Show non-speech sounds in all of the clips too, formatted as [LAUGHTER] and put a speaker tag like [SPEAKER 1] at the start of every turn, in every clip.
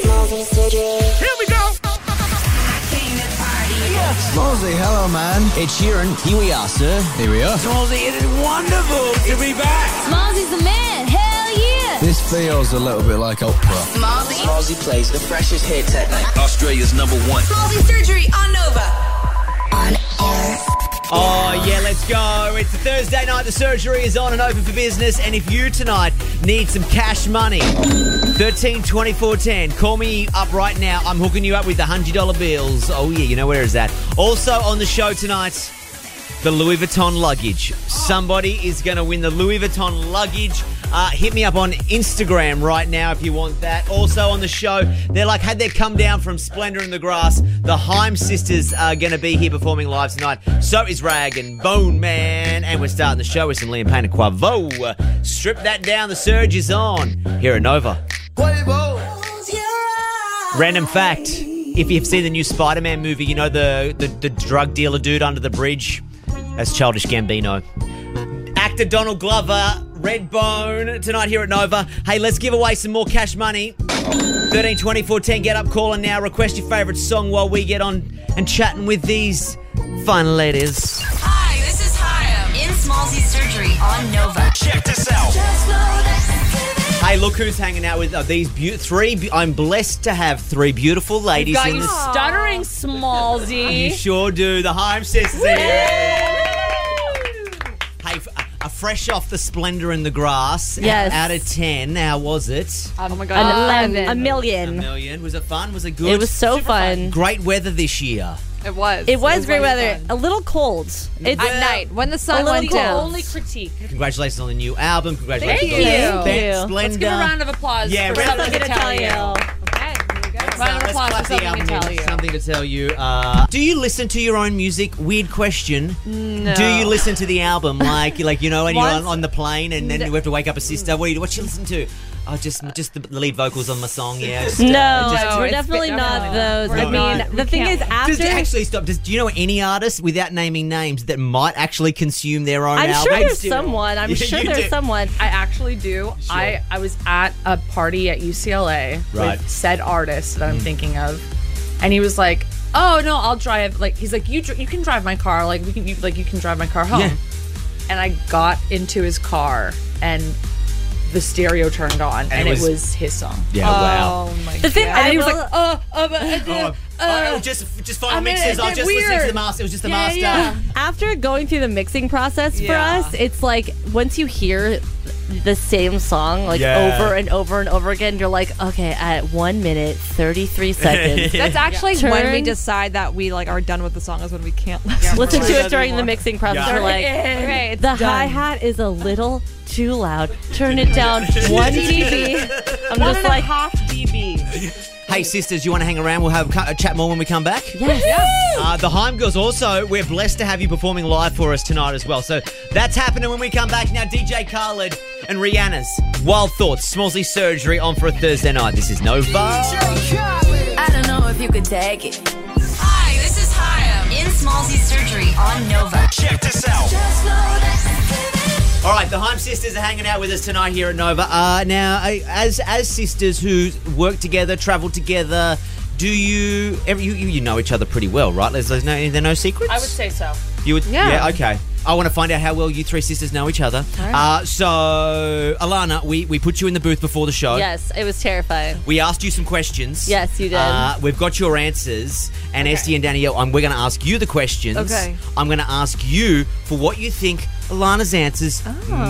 [SPEAKER 1] Here we go.
[SPEAKER 2] Mosley, hello, man. It's Sheeran. Here we are, sir. Here we are.
[SPEAKER 3] Mosley, it is wonderful to be back.
[SPEAKER 4] Smallsy's the man. Hell yeah.
[SPEAKER 2] This feels a little bit like opera.
[SPEAKER 5] Smallsy.
[SPEAKER 6] Halsey plays the freshest hits at night.
[SPEAKER 3] Australia's number one.
[SPEAKER 5] Smallsy surgery on Nova.
[SPEAKER 7] Oh, yeah, let's go. It's a Thursday night. The surgery is on and open for business. And if you tonight need some cash money, 13 24 10, call me up right now. I'm hooking you up with the $100 bills. Oh, yeah, you know where is that? Also on the show tonight, the Louis Vuitton luggage. Somebody is going to win the Louis Vuitton luggage. Uh, hit me up on Instagram right now if you want that. Also on the show, they're like, had they come down from Splendor in the Grass, the Heim sisters are going to be here performing live tonight. So is Rag and Bone Man. And we're starting the show with some Liam Payne and Quavo. Strip that down, the surge is on. Here at Nova. Random fact. If you've seen the new Spider-Man movie, you know the, the, the drug dealer dude under the bridge? That's Childish Gambino. Actor Donald Glover, Redbone, tonight here at Nova. Hey, let's give away some more cash money. 13 20 14, get up, call and now. Request your favourite song while we get on and chatting with these fine ladies.
[SPEAKER 5] Hi, this is Hiram in Smallsy surgery on Nova.
[SPEAKER 3] Check this out.
[SPEAKER 7] Hey, look who's hanging out with uh, these beau three. Be- I'm blessed to have three beautiful ladies
[SPEAKER 8] Got
[SPEAKER 7] in
[SPEAKER 8] you
[SPEAKER 7] this.
[SPEAKER 8] stuttering,
[SPEAKER 7] You
[SPEAKER 8] Smallsy.
[SPEAKER 7] sure do. The Heim sisters are here. Hey, f- uh, fresh off the Splendor in the Grass.
[SPEAKER 8] Yes.
[SPEAKER 7] Out of 10, how was it?
[SPEAKER 9] Um,
[SPEAKER 8] Oh my god, an
[SPEAKER 4] A
[SPEAKER 8] eleven.
[SPEAKER 4] million.
[SPEAKER 7] million. Was it fun? Was it good?
[SPEAKER 4] It was so fun.
[SPEAKER 7] Great weather this year.
[SPEAKER 9] It was.
[SPEAKER 4] It was great weather.
[SPEAKER 9] fun.
[SPEAKER 4] A little cold. It's
[SPEAKER 9] At night, when the sun
[SPEAKER 4] little
[SPEAKER 8] Only,
[SPEAKER 9] went down.
[SPEAKER 4] cool.
[SPEAKER 8] only critique.
[SPEAKER 7] Congratulations on the new album. Congratulations
[SPEAKER 9] Thank
[SPEAKER 7] on
[SPEAKER 9] you.
[SPEAKER 7] the
[SPEAKER 4] Thank you.
[SPEAKER 7] Splendor.
[SPEAKER 9] Let's give a round of applause
[SPEAKER 7] Yeah,
[SPEAKER 9] for
[SPEAKER 7] round
[SPEAKER 9] something
[SPEAKER 4] Something
[SPEAKER 9] to tell you.
[SPEAKER 8] Okay, there you go.
[SPEAKER 9] Round of
[SPEAKER 7] Let's
[SPEAKER 9] applause
[SPEAKER 7] clap
[SPEAKER 9] for
[SPEAKER 7] the
[SPEAKER 9] something to
[SPEAKER 7] album
[SPEAKER 9] tell
[SPEAKER 7] in.
[SPEAKER 9] you.
[SPEAKER 7] Something to tell you. Uh, do you listen to your own music? Weird question. No. Do you listen to the album like like you know when you're on,
[SPEAKER 9] Once-
[SPEAKER 7] on the plane and then you have to wake up a sister? What do you what you listen to? Oh, just just the lead vocals on my song. Yeah. just, uh,
[SPEAKER 4] No,
[SPEAKER 7] just-
[SPEAKER 9] No,
[SPEAKER 4] we're
[SPEAKER 9] it's
[SPEAKER 4] definitely
[SPEAKER 9] been- no.
[SPEAKER 4] not those. I
[SPEAKER 7] We're
[SPEAKER 4] mean,
[SPEAKER 7] not.
[SPEAKER 4] the thing is, after
[SPEAKER 7] Does it actually stop? Does, do you know any artist without naming names that might actually consume their own
[SPEAKER 4] I'm
[SPEAKER 7] album? Oh,
[SPEAKER 4] sure there's someone. I'm
[SPEAKER 7] Yeah, [LAUGHS]
[SPEAKER 4] sure
[SPEAKER 7] you
[SPEAKER 4] there's
[SPEAKER 7] do.
[SPEAKER 4] someone.
[SPEAKER 9] I actually do. I, I was at a party at UCLA
[SPEAKER 7] Right.
[SPEAKER 9] with said artist that I'm thinking of, and he was like, "Oh no, I'll drive." Like he's like, "You dr- you can drive my car. Like we can you, like you can drive my car home."
[SPEAKER 7] Yeah.
[SPEAKER 9] And I got into his car, and the stereo turned on, and, it,
[SPEAKER 7] was-
[SPEAKER 9] was, his song.
[SPEAKER 7] Yeah. Wow.
[SPEAKER 9] Oh my
[SPEAKER 4] The
[SPEAKER 9] god!
[SPEAKER 4] thing
[SPEAKER 9] and
[SPEAKER 4] I
[SPEAKER 9] he was
[SPEAKER 4] will-
[SPEAKER 9] like, "Oh, uh, but, uh,
[SPEAKER 7] Oh,
[SPEAKER 9] uh,
[SPEAKER 7] oh, just just five
[SPEAKER 9] I mean,
[SPEAKER 7] mixes.
[SPEAKER 9] it's
[SPEAKER 7] I'll
[SPEAKER 9] a
[SPEAKER 7] just listen to the
[SPEAKER 9] weird-
[SPEAKER 7] master. It was just the
[SPEAKER 9] yeah,
[SPEAKER 7] master.
[SPEAKER 9] yeah.
[SPEAKER 4] after going through the mixing process for
[SPEAKER 9] Yeah.
[SPEAKER 4] us, it's like once you hear the same song like
[SPEAKER 7] Yeah.
[SPEAKER 4] over and over and over again, you're like, okay, at one minute thirty
[SPEAKER 7] [LAUGHS]
[SPEAKER 4] three seconds.
[SPEAKER 9] That's
[SPEAKER 10] actually when we
[SPEAKER 4] Turn-
[SPEAKER 10] decide that we like are done with the song is when we can't listen.
[SPEAKER 4] Listen
[SPEAKER 7] Right.
[SPEAKER 4] to it during the mixing process.
[SPEAKER 7] Yeah.
[SPEAKER 4] You're like,
[SPEAKER 10] Great.
[SPEAKER 4] the hi hat is a little too loud.
[SPEAKER 7] [LAUGHS]
[SPEAKER 4] Turn it down one dB. I'm just like,
[SPEAKER 8] half DB.
[SPEAKER 7] Hey sisters, you want to hang around? We'll have a cu- a chat more when we come back.
[SPEAKER 4] yes.
[SPEAKER 7] Uh, the Heim Girls also, we're blessed to have you performing live for us tonight as well. So that's happening when we come back. Now, DJ Khaled and Rihanna's Wild Thoughts, Smallsy Surgery on for a Thursday night. This is Nova.
[SPEAKER 5] I don't know if you could take it. Hi, this is Hiram in Smallsy surgery on Nova.
[SPEAKER 3] Check this out.
[SPEAKER 7] All right, the Heim sisters are hanging out with us tonight here at Nova. Uh, now, I- as as sisters who work together, travel together, do you, every, you you you know each other pretty well, right? There's, there's no there are no secrets.
[SPEAKER 8] I would say so.
[SPEAKER 7] You would, yeah.
[SPEAKER 9] Yeah.
[SPEAKER 7] okay. I want to find out how well you three sisters know each other. Uh, so, Alana, we, we put you in the booth before the show.
[SPEAKER 4] Yes, it was terrifying.
[SPEAKER 7] We asked you some questions.
[SPEAKER 4] Yes, you did.
[SPEAKER 7] Uh, we've got your answers. And Esty and Danielle, I'm, we're going to ask you the questions.
[SPEAKER 10] Okay.
[SPEAKER 7] I'm going to ask you for what you think Alana's answers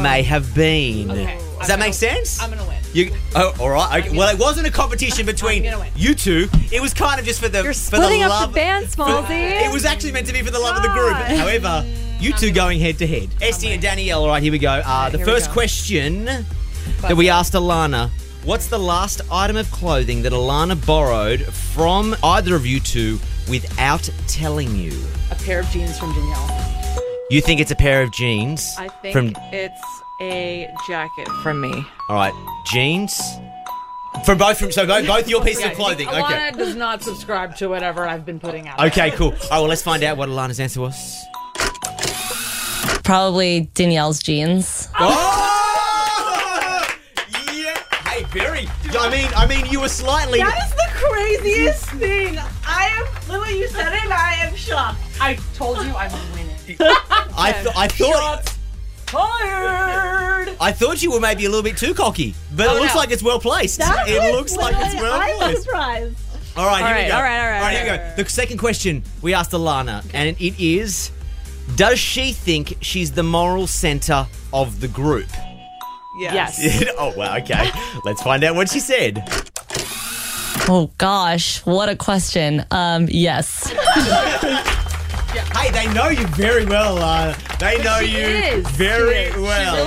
[SPEAKER 7] may have been.
[SPEAKER 8] Okay.
[SPEAKER 7] Does
[SPEAKER 8] I'm
[SPEAKER 7] that
[SPEAKER 8] gonna-
[SPEAKER 7] make sense?
[SPEAKER 8] I'm gonna win.
[SPEAKER 7] You, oh, all right. Okay. Well, it wasn't a competition between
[SPEAKER 8] gonna win.
[SPEAKER 7] you two. It was kind of just for the
[SPEAKER 10] You're
[SPEAKER 7] for the
[SPEAKER 10] splitting up
[SPEAKER 7] love.
[SPEAKER 10] the band,
[SPEAKER 7] [LAUGHS] for-
[SPEAKER 10] Smallsy.
[SPEAKER 7] it was actually meant to be for the love of the group. However, you two going head to head. Esty and Danielle. All right, here we go. Uh, the
[SPEAKER 10] here we
[SPEAKER 7] first
[SPEAKER 10] go.
[SPEAKER 7] question that we asked Alana: What's the last item of clothing that Alana borrowed from either of you two without telling you?
[SPEAKER 8] A pair of jeans from Danielle.
[SPEAKER 7] You think it's a pair of jeans?
[SPEAKER 10] I think
[SPEAKER 7] From
[SPEAKER 10] it's a jacket from me.
[SPEAKER 7] all right, jeans. From both from so both,
[SPEAKER 10] [LAUGHS]
[SPEAKER 7] both your pieces of clothing.
[SPEAKER 8] Alana
[SPEAKER 7] Okay.
[SPEAKER 8] does not subscribe to whatever I've been putting out.
[SPEAKER 7] Okay, cool. All right, well, let's find out what Alana's answer was.
[SPEAKER 4] Probably Danielle's jeans.
[SPEAKER 7] Oh! Yeah. Hey, very. Yo, I mean, I mean, you were slightly.
[SPEAKER 8] That is the craziest thing. I am literally you said it. I am shocked. I told you I'm winning.
[SPEAKER 7] I, th- I thought.
[SPEAKER 8] Tired.
[SPEAKER 7] I thought you were maybe a little bit too cocky, but it looks
[SPEAKER 8] Oh, no.
[SPEAKER 7] like it's well placed. it looks like it's well
[SPEAKER 8] I'm
[SPEAKER 7] placed.
[SPEAKER 8] surprised.
[SPEAKER 7] All right, here
[SPEAKER 10] All
[SPEAKER 7] we
[SPEAKER 10] right,
[SPEAKER 7] go.
[SPEAKER 10] all right, all right,
[SPEAKER 7] All right, here
[SPEAKER 10] all right,
[SPEAKER 7] we go. The second question we asked Alana, and it is: Does she think she's the moral center of the group? [LAUGHS]
[SPEAKER 8] Yes.
[SPEAKER 7] oh wow. Okay, let's find out what she said.
[SPEAKER 1] Oh gosh, what a question. Um, yes.
[SPEAKER 7] Hey, they know you very well, Alana. They know you
[SPEAKER 9] is.
[SPEAKER 7] very well.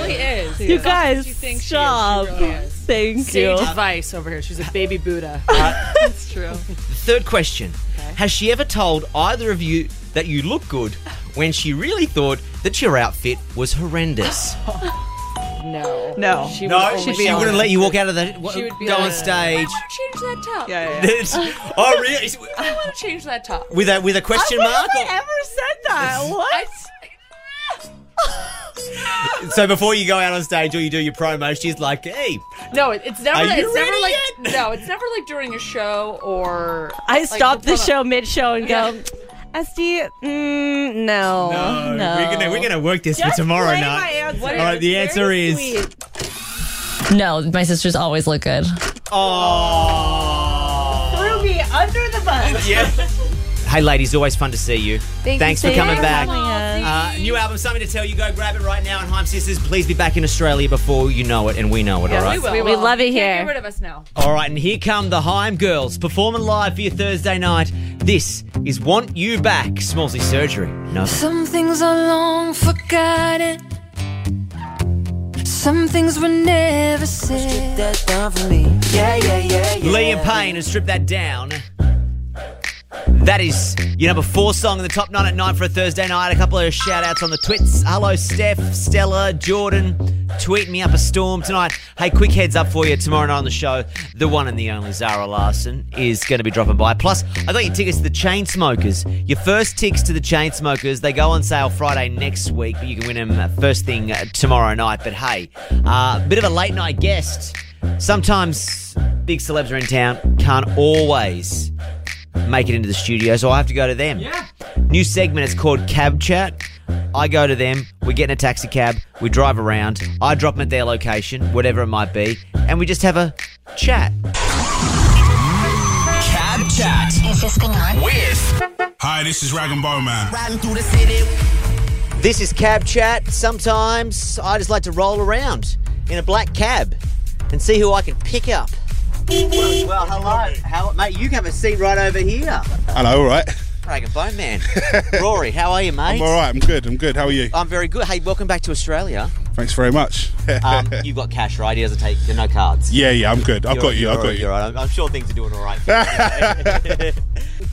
[SPEAKER 9] She really is.
[SPEAKER 4] You guys,
[SPEAKER 9] you think she is. She
[SPEAKER 4] stop.
[SPEAKER 9] really is.
[SPEAKER 4] Thank you.
[SPEAKER 8] Sage advice over here. She's a baby Buddha.
[SPEAKER 10] It's true.
[SPEAKER 7] Third question. Has she ever told either of you that you look good when she really thought that your outfit was
[SPEAKER 9] [LAUGHS]
[SPEAKER 7] horrendous?
[SPEAKER 8] No.
[SPEAKER 10] No.
[SPEAKER 8] She
[SPEAKER 7] no,
[SPEAKER 8] was
[SPEAKER 7] she,
[SPEAKER 8] only
[SPEAKER 7] she wouldn't
[SPEAKER 8] honest.
[SPEAKER 7] let you walk out of the
[SPEAKER 9] She would be
[SPEAKER 7] go on
[SPEAKER 9] like, [LAUGHS]
[SPEAKER 7] stage. [LAUGHS]
[SPEAKER 9] Change that top.
[SPEAKER 10] Yeah, yeah. yeah.
[SPEAKER 7] oh, really? Is-
[SPEAKER 9] I want to change that top.
[SPEAKER 7] With a with a question mark? or-
[SPEAKER 4] Ever
[SPEAKER 7] [LAUGHS]
[SPEAKER 4] said that? What?
[SPEAKER 7] So before you go out on stage or you do your promo, she's like, "Hey,
[SPEAKER 9] No, it- it's never.
[SPEAKER 7] Are
[SPEAKER 9] like-
[SPEAKER 7] you
[SPEAKER 9] it's never
[SPEAKER 7] ready
[SPEAKER 9] like.
[SPEAKER 7] yet?
[SPEAKER 9] No, it's never like during a show or.
[SPEAKER 4] I stop the
[SPEAKER 9] hold on.
[SPEAKER 4] show mid show and go, SD, mm,
[SPEAKER 9] Oh,
[SPEAKER 4] no.
[SPEAKER 7] no, we're gonna we're gonna work this for tomorrow
[SPEAKER 4] play my
[SPEAKER 7] night."
[SPEAKER 4] answer.
[SPEAKER 7] All right, the answer is
[SPEAKER 1] No, my sisters always look good.
[SPEAKER 7] oh.
[SPEAKER 8] Threw me under the bus.
[SPEAKER 7] Yeah. [LAUGHS] Hey, ladies, always fun to see you. Thanks for coming back.
[SPEAKER 4] back.
[SPEAKER 7] Uh, new album, something to tell you. Go grab it right now. And Heim Sisters, please be back in Australia before you know it, and we know it. all right.
[SPEAKER 9] We, will.
[SPEAKER 4] We love it
[SPEAKER 9] Can't
[SPEAKER 4] here.
[SPEAKER 9] Get rid of us now.
[SPEAKER 7] All right, and here come the Heim girls performing live for your Thursday night. This is "Want You Back," Smallsy Surgery. No.
[SPEAKER 5] Some things are long forgotten. Some things were never said.
[SPEAKER 6] That's done for me. Yeah, yeah, yeah, yeah.
[SPEAKER 7] Liam Payne and strip that down. That is your number four song in the top nine at nine for a Thursday night. A couple of shout outs on the twits. Hello, Steph, Stella, Jordan. Tweet me up a storm tonight. Hey, quick heads up for you tomorrow night on the show. The one and the only Zara Larson is going to be dropping by. Plus, I got your tickets to the Chainsmokers. Your first ticks to the Chainsmokers. They go on sale Friday next week, but you can win them first thing uh, tomorrow night. But hey, a bit of a late night guest. Sometimes big celebs are in town, can't always make it into the studio, so I have to go to them. Yeah. New segment is called Cab Chat. I go to them, we get in a taxi cab, we drive around, I drop them at their location, whatever it might be, and we just have a chat.
[SPEAKER 2] Cab Chat.
[SPEAKER 5] Is this thing on?
[SPEAKER 3] Hi, this is Rag and Bone Man.
[SPEAKER 2] Riding through the city.
[SPEAKER 7] This is Cab Chat. Sometimes I just like to roll around in a black cab and see who I can pick up. Well, well hello. How, mate, you have a seat right over here.
[SPEAKER 11] Hello, all right.
[SPEAKER 7] Rag and Bone
[SPEAKER 11] [LAUGHS]
[SPEAKER 7] Man. Rory, how are you, mate?
[SPEAKER 11] I'm all right. I'm good. I'm good. How are you?
[SPEAKER 7] I'm very good. Hey, welcome back to Australia.
[SPEAKER 11] Thanks very much. [LAUGHS]
[SPEAKER 7] Um, you've got cash, right? He doesn't take no cards.
[SPEAKER 11] yeah, yeah. I'm good. I've got you. I've got
[SPEAKER 7] You're
[SPEAKER 11] you.
[SPEAKER 7] right. I'm, I'm sure things are doing all right.
[SPEAKER 11] [LAUGHS]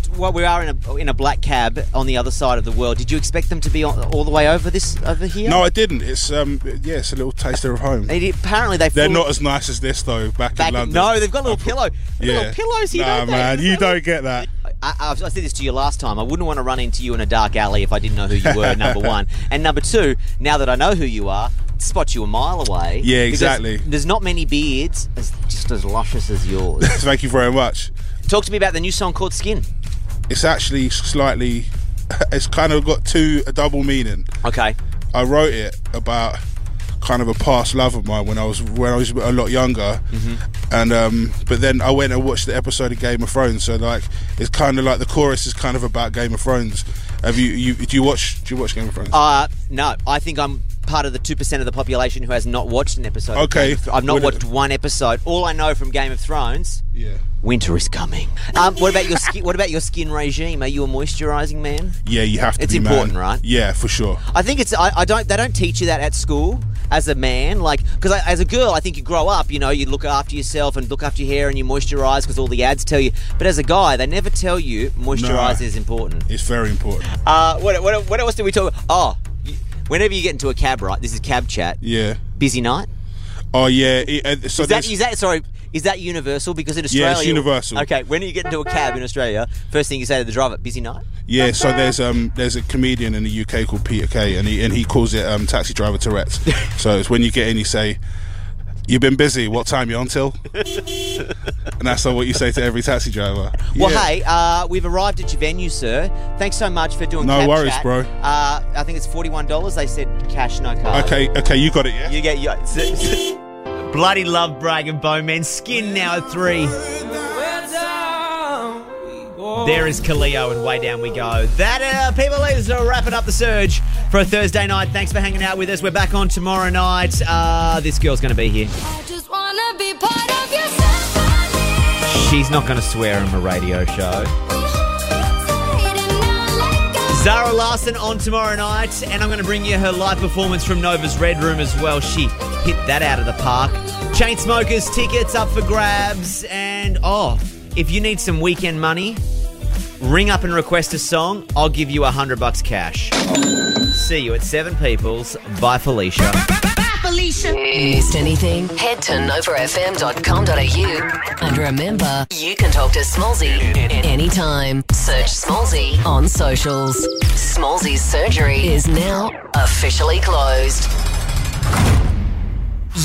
[SPEAKER 7] [LAUGHS] well, we are in a in a black cab on the other side of the world. Did you expect them to be on, all the way over this over here?
[SPEAKER 11] No, I didn't. It's um, yeah. It's a little taster of home.
[SPEAKER 7] It- apparently they.
[SPEAKER 11] They're
[SPEAKER 7] flew
[SPEAKER 11] not as nice as this though. Back,
[SPEAKER 7] Back
[SPEAKER 11] in London.
[SPEAKER 7] no, they've got little pillow.
[SPEAKER 11] yeah.
[SPEAKER 7] Little pillows here,
[SPEAKER 11] Nah,
[SPEAKER 7] don't they?
[SPEAKER 11] man. You don't get that.
[SPEAKER 7] I, I, I said this to you last time. I wouldn't want to run into you in a dark alley if I didn't know who you were.
[SPEAKER 11] [LAUGHS]
[SPEAKER 7] number one, and number two. Now that I know who you are, spot you a mile away.
[SPEAKER 11] Yeah,
[SPEAKER 7] because
[SPEAKER 11] exactly.
[SPEAKER 7] There's not many beards as just as luscious as
[SPEAKER 11] [LAUGHS]
[SPEAKER 7] yours.
[SPEAKER 11] Thank you very much.
[SPEAKER 7] Talk to me about the new song called Skin.
[SPEAKER 11] It's actually slightly. [LAUGHS] It's kind of got two a double meaning.
[SPEAKER 7] Okay.
[SPEAKER 11] I wrote it about kind of a past love of mine when I was when I was a lot younger,
[SPEAKER 7] Mm-hmm.
[SPEAKER 11] and um, but then I went and watched the episode of Game of Thrones. So like, it's kind of like the chorus is kind of about Game of Thrones. Have you you do you watch do you watch Game of Thrones?
[SPEAKER 7] Uh, no, I think I'm part of the 2% of the population who has not watched an episode. of
[SPEAKER 11] Okay.
[SPEAKER 7] Game of Thro- I've not
[SPEAKER 11] Would
[SPEAKER 7] watched
[SPEAKER 11] it-
[SPEAKER 7] one episode. All I know from Game of Thrones,
[SPEAKER 11] yeah,
[SPEAKER 7] winter is coming. Um, what about your skin, what about your skin regime? Are you a moisturizing man?
[SPEAKER 11] yeah, you have to.
[SPEAKER 7] It's
[SPEAKER 11] be, man.
[SPEAKER 7] important, right?
[SPEAKER 11] Yeah, for sure.
[SPEAKER 7] I think it's I, I don't they don't teach you that at school as a man like because as a girl I think you grow up you know you look after yourself and look after your hair and you moisturize because all the ads tell you but as a guy they never tell you moisturize
[SPEAKER 11] No.
[SPEAKER 7] is important.
[SPEAKER 11] It's very important.
[SPEAKER 7] Uh, what, what what else did we talk? Oh, you- whenever you get into a cab, right? This is cab chat.
[SPEAKER 11] Yeah.
[SPEAKER 7] Busy night.
[SPEAKER 11] Oh yeah. it- uh, so
[SPEAKER 7] Is that,
[SPEAKER 11] there's-
[SPEAKER 7] is that sorry? Is that universal? Because in Australia,
[SPEAKER 11] it's universal.
[SPEAKER 7] Okay, when you get into a cab in Australia, first thing you say to the driver, "Busy night."
[SPEAKER 11] Yeah, so there's um there's a comedian in the
[SPEAKER 7] [LAUGHS]
[SPEAKER 11] UK called Peter Kay, and he and he calls it um taxi driver Tourette's. so it's when you get in, you say, You've been busy. What time you on
[SPEAKER 7] [LAUGHS]
[SPEAKER 11] till? and that's what you say to every taxi driver.
[SPEAKER 7] Well,
[SPEAKER 11] Yeah.
[SPEAKER 7] hey, uh, we've arrived at your venue, sir. Thanks so much for doing.
[SPEAKER 11] No
[SPEAKER 7] Cab
[SPEAKER 11] worries,
[SPEAKER 7] Chat.
[SPEAKER 11] bro.
[SPEAKER 7] Uh, I think it's forty-one dollars. They said cash, no card.
[SPEAKER 11] Okay, okay, you got it. Yeah.
[SPEAKER 7] You get your [LAUGHS] bloody love brag and bowman skin now at three. There is Kaleo and way down we go. That uh, people ladies are wrapping up the surge for a Thursday night. Thanks for hanging out with us. We're back on tomorrow night. Uh, this girl's going to be here.
[SPEAKER 5] I just wanna be part of your symphony.
[SPEAKER 7] She's not going to swear on her radio show. Zara Larson on tomorrow night, and I'm going to bring you her live performance from Nova's Red Room as well. She hit that out of the park. Chainsmokers tickets up for grabs, and oh, if you need some weekend money, ring up and request a song. I'll give you a hundred bucks cash. See you at Seven Peoples. Bye, Felicia.
[SPEAKER 5] Felicia.
[SPEAKER 12] Missed anything? Head to novafm.com.au and remember, you can talk to Smallsy anytime. Search Smallsy on socials. Smallsy's surgery is now officially closed.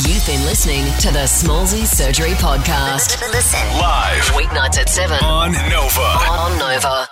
[SPEAKER 12] You've been listening to the Smallsy Surgery Podcast. Listen
[SPEAKER 13] Live.
[SPEAKER 12] Weeknights at 7
[SPEAKER 13] On Nova.
[SPEAKER 12] On Nova.